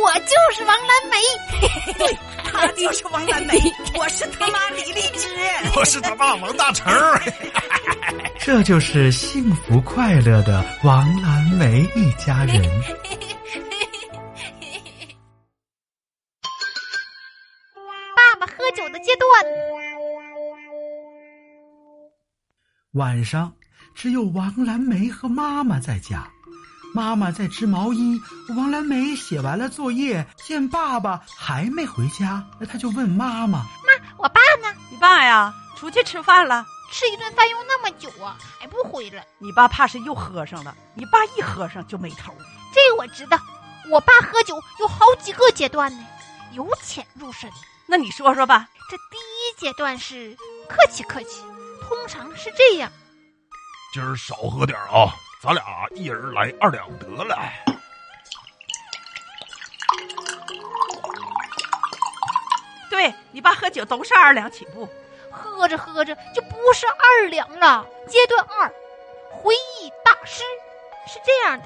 我就是王蓝梅。对，她就是王蓝 梅，我是他妈李荔枝， 我是他爸王大成儿。这就是幸福快乐的王蓝梅一家人。爸爸喝酒的阶段， 晚上只有王蓝梅和妈妈在家，妈妈在织毛衣。王蓝梅写完了作业，见爸爸还没回家，那她就问妈妈我爸呢？你爸呀，出去吃饭了。吃一顿饭用那么久啊，还不回来？你爸怕是又喝上了。你爸一喝上就没头。这我知道，我爸喝酒有好几个阶段呢，由浅入深。那你说说吧，这第一阶段是客气客气，通常是这样。 今儿少喝点儿啊，咱俩一人来二两得了。对你爸喝酒都是二两起步。喝着喝着就不是二两了。阶段二，回忆大师是这样的：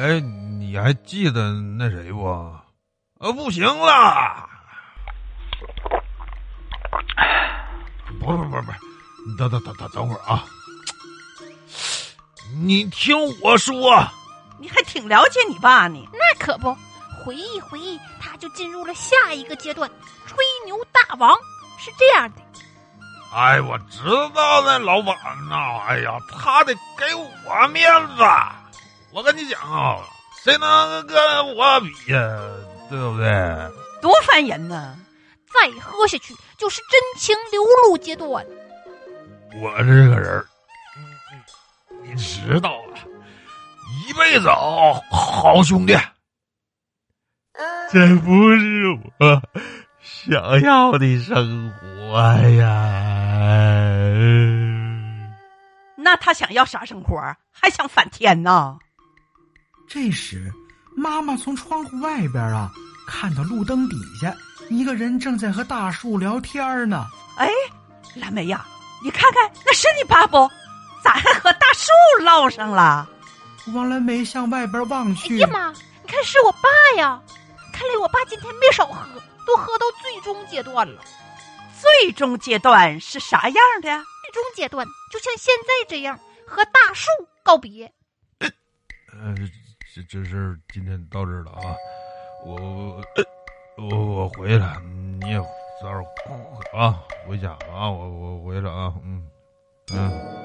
哎，你还记得那谁不？啊，不行了！不不不不，你等等等等等会儿啊！你听我说，你还挺了解你爸呢。那可不，回忆回忆，他就进入了下一个阶段，吹牛大王是这样的。哎，我知道那老板呐、哎呀，他得给我面子。我跟你讲啊，谁能跟我比呀？对不对？多烦人呐！再喝下去就是真情流露阶段。我这个人儿，你你知道啊，一辈子啊，好兄弟，这不是我想要的生活呀。那他想要啥生活？还想反天呐？这时，妈妈从窗户外边啊，看到路灯底下一个人正在和大树聊天儿呢。哎，蓝莓呀，你看看那是你爸不？咋还和大树唠上了？王蓝梅向外边望哎去呀，妈，你看是我爸呀！看来我爸今天没少喝，都喝到最终阶段了。最终阶段是啥样的呀？最终阶段就像现在这样和大树告别。呃，这这事儿今天到这儿了啊，我我我我回来，你也早点啊，回家啊，我我回来啊，嗯嗯。